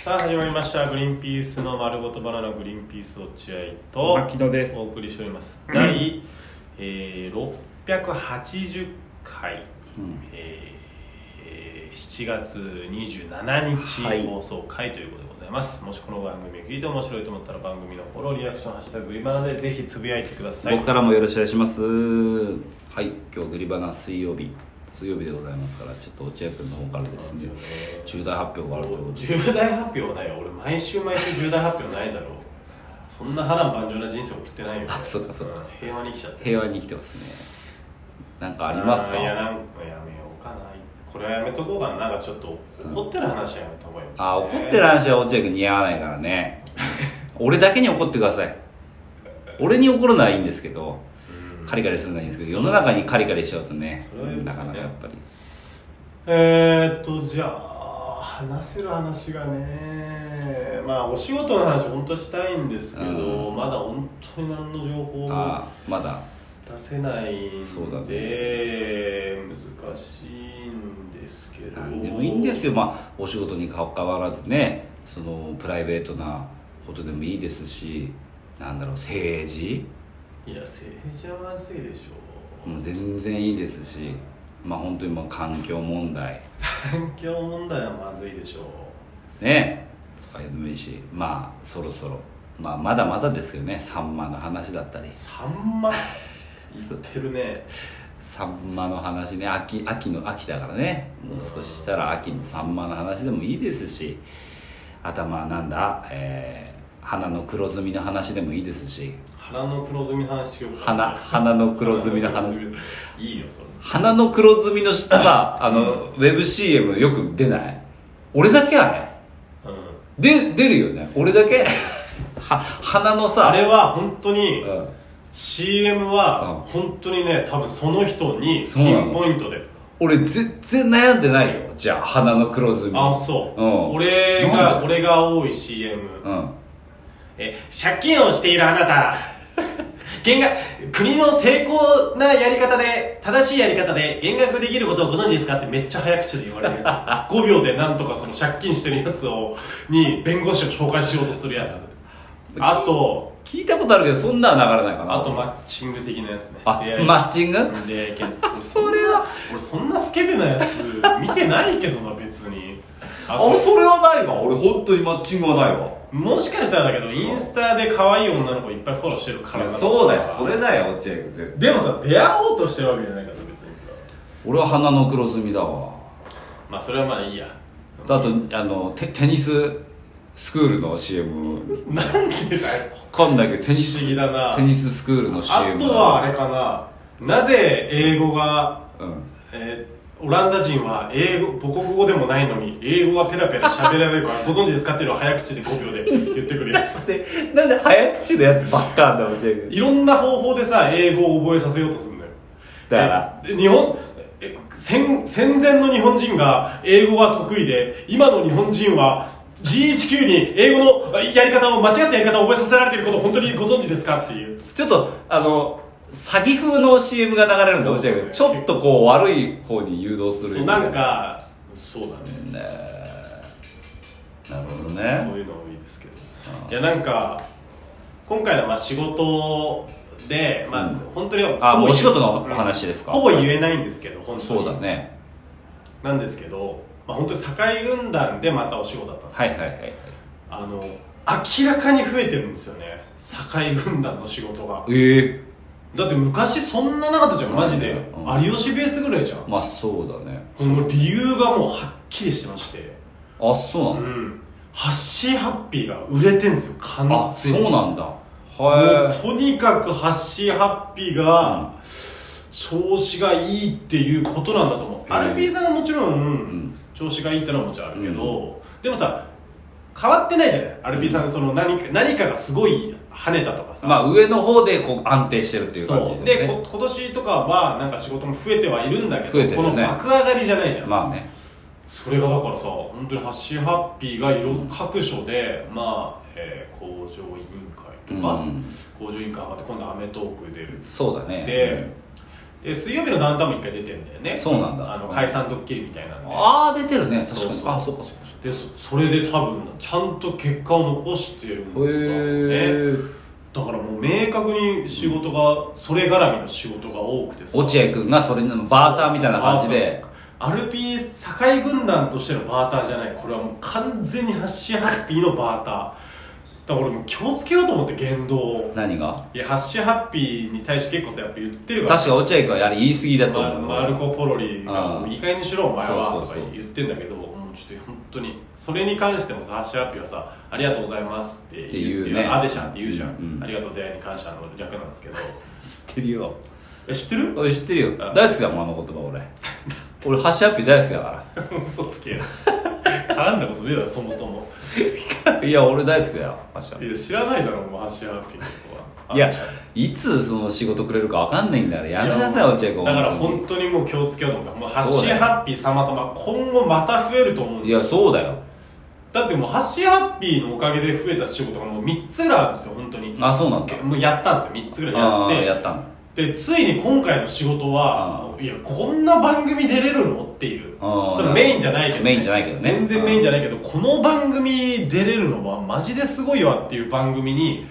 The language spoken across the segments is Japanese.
さあ始まりました「グリーンピースの丸ごとバナナグリーンピース落合」牧と野ですお送りしております第、えー、680回、えー、7月27はい日放送回ということでございます、もしこの番組を聞いて面白いと思ったら番組のフォローリアクション「ハッシュタググリバナ」でぜひつぶやいてください僕からもよろしくお願いしますはい今日グリバナ水曜日水曜日でございますからちょっと落合君の方からですね重大発表があるということで重大発表はないよ俺毎週毎週重大発表ないだろうそんな波乱万丈な人生送ってないよあそうかそうかん平和に生きちゃって平和に生きてますねなんかありますあーいやなんかかやめようかなこれはやめとこうかななんかちょっと怒ってる話はやめた方がいい、あ怒ってる話は落合君似合わないからね俺だけに怒ってください俺に怒るのはいいんですけどうんカリカリするのはいいんですけど世の中にカリカリしちゃうとねそれはよくなないねかなかやっぱりえー、っとじゃあ話せる話がねまあお仕事の話本当したいんですけど、うまだ本当に何の情報もああまだ出せないんでそうだね難しいんですけど何でもいいんですよ、まあ、お仕事にかかわらずねそのプライベートなことでもいいですしなんだろう政治いや政治はまずいでしょもう全然いいですしまあ本当にまあ環境問題環境問題はまずいでしょねとかでもいいしまあそろそろ、まあ、まだまだですけどねサンマの話だったりさんま言ってるねサンマの話ね秋秋の秋だからねもう少ししたら秋にサンマの話でもいいですし頭なんだ、えー花の黒ずみの話でもいいですし鼻の黒ずみ話しようか花花の黒ずみの鼻話黒ずみいいよそれ花の黒ずみのさあの、ウェブ CM よく出ない俺だけあれうんで出るよね俺だけは花のさあれは本当にうん CM は本当にね多分その人にそうピなのンポイントで俺全然悩んでないよじゃあ花の黒ずみあそう、うん俺なんがで俺が多い CM、うんえ借金をしているあなた 減額国の成功なやり方で正しいやり方で減額できることをご存知ですかってめっちゃ早口で言われるや つ5秒でなんとかその借金してるやつをに弁護士を紹介しようとするやつあと聞いたことあるけどそんなは流れないかなあとマッチング的なやつねあ出会いマッチング出会い系のやつそれは俺そんなスケベなやつ見てないけどな別にああ俺それはないわ俺本当にマッチングはないわもしかしたらだけどインスタで可愛い女の子いっぱいフォローしてるからなのかなそうだよそれだよ落合君絶対でもさ出会おうとしてるわけじゃないから別にさ俺は花の黒ずみだわまあそれはまあいいやあとあのテテニススクールの CM なんでだよわかんないけどテニ不ス思議だなテニススクールの CM あとはあれかななぜ英語が、うんえーオランダ人は英語母国語でもないのに英語がペラペラ喋られるからご存知ですかっていうのを早口で5秒で言ってくるやつでなんで早口のやつばっかなんだ落合君いろんな方法でさ英語を覚えさせようとするんだよだからえで日本え戦戦前の日本人が英語が得意で今の日本人は GHQ に英語のやり方を間違ったやり方を覚えさせられていることを本当にご存知ですかっていうちょっとあの詐欺風の CM が流れるんだ落合君ちょっとこう悪い方に誘導するそうなんかそうだねねなるほどそねういうのもいいですけどいやなんか今回のまあ仕事で、まうあん、本当にほぼあもう言えお仕事の話ですかほぼ言えないんですけど本当にそうだねなんですけど、まあ、本当に堺軍団でまたお仕事だったんですはいはいはいはいあの明らかに増えてるんですよね堺軍団の仕事がええだって昔そんななかったじゃんマジで、うん有吉ベースぐらいじゃん、まあそうだねもう理由がもうはっきりしてましてあそうなうの、んハッシーハッピーが売れてんすよ完あ全にそうなんだもはうとにかくハッシーハッピーが調子がいいっていうことなんだと思う、へーアルピーさんはもちろん、い、うん、調子がいいってのはもちろんあるけど、でもさ変わってないじゃないアルピーさんその何か何かがすごい跳ねたとかさ、まあ上の方でこう安定してるっていう感そうじで,、でね、こ今年とかはなんか仕事も増えてはいるんだけど、増えてるこよのね爆上がりじゃないじゃん、まあねそれがだからさ本当にハッシーハッピーがいろ各所でまあ、えー工場委員会とか、うん工場委員会はまた今度『アメトーーク』出るそうだねで、で水曜日のダウンタウンも一回出てんだよねそうなんだあの解散ドッキリみたいなんでああ出てるね確かにそうそうあそっかそっかそっでそそれで多分ちゃんと結果を残してるんだかへねえだからもう明確に仕事がそれ絡みの仕事が多くてさ落合君がそれのバーターみたいな感じでアルピー堺軍団としてのバーターじゃないこれはもう完全にハッシーハッピーのバーターだから俺もう気をつけようと思って言動を何がいやハッシーハッピーに対して結構さやっぱ言ってるから確か落合君はあれ言い過ぎだとま思うマルコ・ポロリがう「んいい加減にしろお前は」とそかうそうそう言ってんだけどもうちょっと本当にそれに関してもさハッシュアッピーはさ「ありがとうございます」ってって言うねいあでしゃんって言うじゃん、うんありがとう出会いに感謝の略なんですけど 知ってるよえ知ってる俺知ってるよあ大好きだもんあの言葉俺俺ハッシュアッピー大好きだか嘘つけよ 絡んだことねえだろそもそもらいや俺大好きだよハッシュアッピいや知らないだろもうハッシュアッピーのことーはいやいつその仕事くれるか分かんないんだからやめなさい落合君だから本本当にもう気をつけようと思ったもうハッそうシーだよハッピー様様今後また増えると思うん当だにいよやそうだよだってもうハッシーハッピーのおかげで増えた仕事がもう3つぐらいあるんですよ本当にあそうなんだもうやったんですよ3つぐらいああややっったんだてでついに今回の仕事はあいやこんな番組出れるのっていうああそれメインじゃないけど、メインじゃないけどね全然メインじゃないけどこの番組出れるのはマジですごいわっていう番組に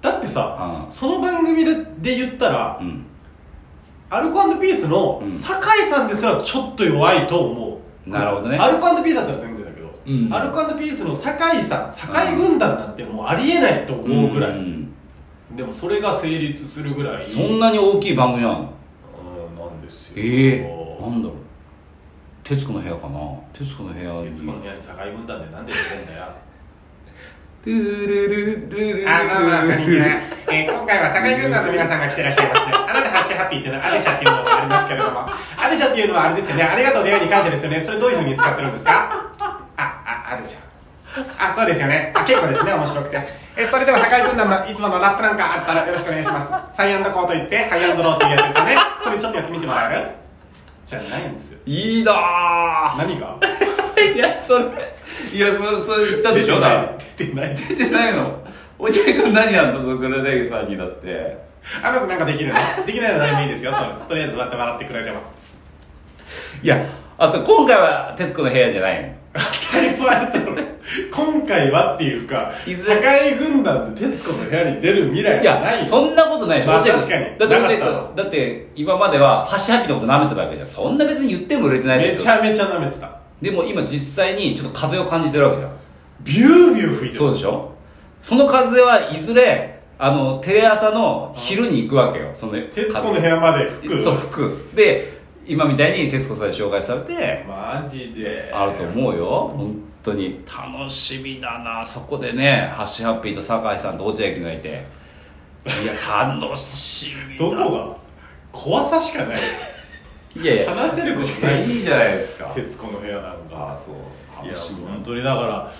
だってさあその番組でで言ったあらうんアルコピースのうん酒井さんですらちょっと弱いと思うなるほどねアルコピースだったら全然だけどうんアルコピースの酒井さん酒井軍団なんてもうありえないと思うぐらい、んでもそれが成立するぐらいそんなに大きい番組なのうんなんですよええなんだろう徹子の部屋かな徹子の部屋徹子の部屋に境軍団でなんで出てんだよドゥルルルルルルあまあまあこんにちは、えー今回は境軍団の皆さんが来てらっしゃいますあなたハッシュハッピーっていうのはアデシャっていうのもありますけれどもアデシャっていうのはあれですよねありがとう出会いに感謝ですよねそれどういうふうに使ってるんですかああアデシャあそうですよねあ結構ですね面白くてえそれでは境軍団のいつものラップなんかあったらよろしくお願いしますサイアンドコーと言ってハイアンドローっていうやつですよねそれちょっとやってみてもらえるじゃないんですよいいな何がーいやそれいやそれそれ言ったでしょな出てない出てないの落合君何やんのその黒柳さんにだってあなたなんかできるのできないのは何でもいいですよととりあえず割って笑ってくれればいやあそう今回は徹子の部屋じゃないの当たり前だろ今回はっていうかいず社れ会軍団で徹子の部屋に出る未来はいなやいそんなことないでしょ、まあ落合確かにだって落な合かった君だって今まではハッシュハッピーのこと舐めてたわけじゃんそんな別に言っても売れてないめでちしょゃめちゃ舐めてたでも今実際にちょっと風を感じてるわけじゃんビュービュー吹いてそうでしょその風はいずれあのテレ朝の昼に行くわけよその徹子の部屋まで吹くそう服で今みたいに徹子さんに紹介されてマジであると思うよ本当に楽しみだなそこでねハッシュハッピーと酒井さんと落合君がいていや楽しみだどこが怖さしかないいやいや話せることないやいいじゃないですか徹子の部屋なんああかそういや楽しみだ本当にだから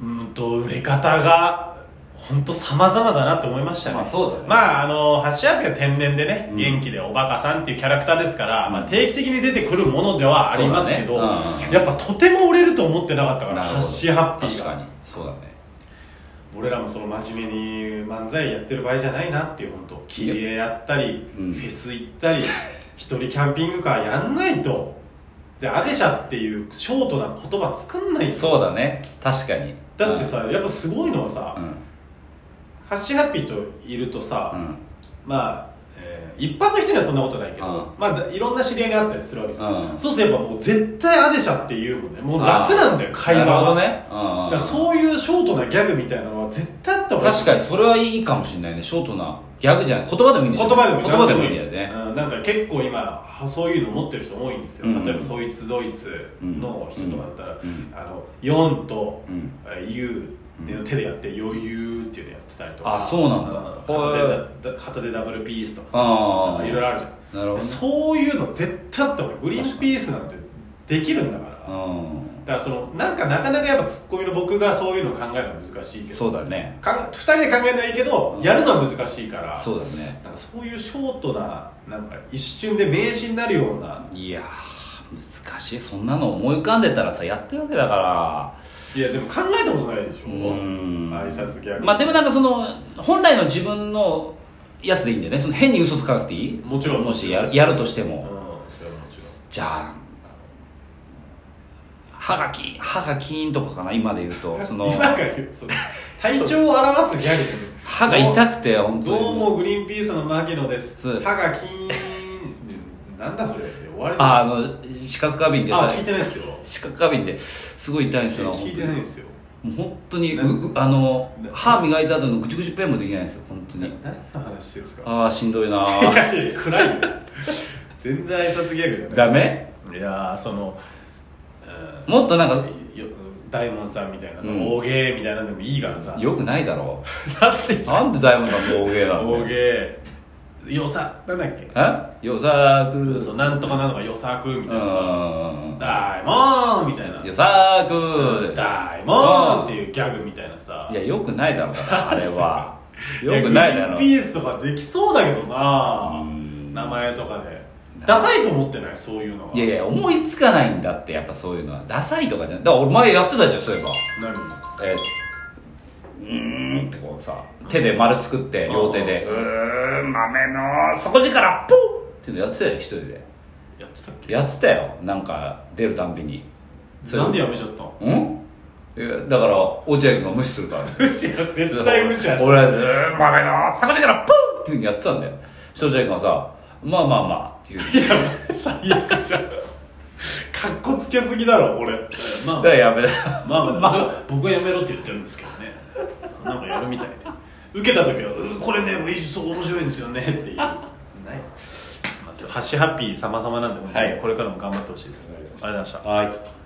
うんと売れ方が本当様々だなと思いましたね、まあそうだねまああの橋アピは天然でね、うん元気でおバカさんっていうキャラクターですから、うんまあ、定期的に出てくるものではありますけど、そうだねうんやっぱとても売れると思ってなかったからなるほハどッシュハッピー確がかにそうだね俺らもその真面目に漫才やってる場合じゃないなっていう本当切り絵やったり、うんフェス行った り一人キャンピングカーやんないとでアデシャっていうショートな言葉作んないとそうだね確かにだってさ、やっぱすごいのはさ、うんハッシュハッピーといるとさ、うんまあ、えー一般の人にはそんなことないけど、うんまあ、いろんな知り合いにあったりするわけじゃん、うんそうするとやっぱもう絶対アデシャっていうもんねもう楽なんだよ会話なるほが、どねだうかんうらんそういうショートなギャグみたいなのは絶対あった方がいい確かにそれはいいかもしれないねショートなギャグじゃない言葉でもいいんでしょ言葉でもいい言葉でもいいんだよねうん、なんか結構今はそういうの持ってる人多いんですよ、うん例えばそいつドイツの人とかだったら、うんあの4とうんえー U でうん手でやって余裕っていうのやってたりとかあそうなんだ片手だ片手ダブルピースとかさあーなんかいろいろあるじゃなるほんどそういうの絶対あった方がいいグリーンピースなんてできるんだからだうんからそのなんかなかなかやっぱツッコミの僕がそういうの考えるの難しいけどそうだねか2人で考えるのはいいけどうんやるのは難しいからそうだねなんかそういうショートななんか一瞬で名詞になるようないやー難しいそんなの思い浮かんでたらさやってるわけだからいやでも考えたことないでしょうん挨拶ギャグまあでもなんかその本来の自分のやつでいいんだよねその変に嘘つかなくていいもちろんもしやるやるとしてうんも、それはもちろんじゃあ歯がき歯がキーンとかかな今で言うとその今から言うその体調を表すギャグ歯が痛くて本当にどうもグリーンピースの牧野ですそう歯がキーンなんだそれって終わりだああの視覚過敏であさ聞いてないですよ視覚過敏ですごい痛いんですよ聞いてないですよもう本当になううあのな歯磨いた後のぐちぐちペンもできないんですよ本当なに何の話ですかああしんどいな いやいや暗いよ全然挨拶ギャグじゃないダメいやーそのうんもっとなんかよ大門さんみたいなさうん大芸みたいなのでもいいからさよくないだろ だってうなんで大門さん大芸な大の芸よさなんだっけえよさーくそうなんとかなのがよさくみたいなさう大門みたいなんよさーく大門っていうギャグみたいなさいやよくないだろう からあれはよくないだろやグリーうンピースとかできそうだけどなうん名前とかでダサいと思ってないそういうのはいやいや思いつかないんだってやっぱそういうのはダサいとかじゃないだから俺前やってたじゃんそういえば何えーうーんってこうさ手で丸作ってうん両手でううんーん豆の底力ポンっていうのやってたよ一人でやってたっけやってたよなんか出るたんびにそれなんでやめちゃったのうんいやだから落合君が無視するから無視は絶対無視はして俺は「うーん豆の底力ポン!」っていうふうにやってたんだよそしたら落合君がさ「まあまあまあ」っていういや最悪じゃんかっこつけすぎだろ俺まあだからやめたまあまあ、僕はやめろって言ってるんですけどねなんかやるみたいで受けた時はうん「これねもういいそう面白いんですよね」っていうない、まあ、ハッシュハッピー様々なんで、はいこれからも頑張ってほしいです、ありがとうございましたはい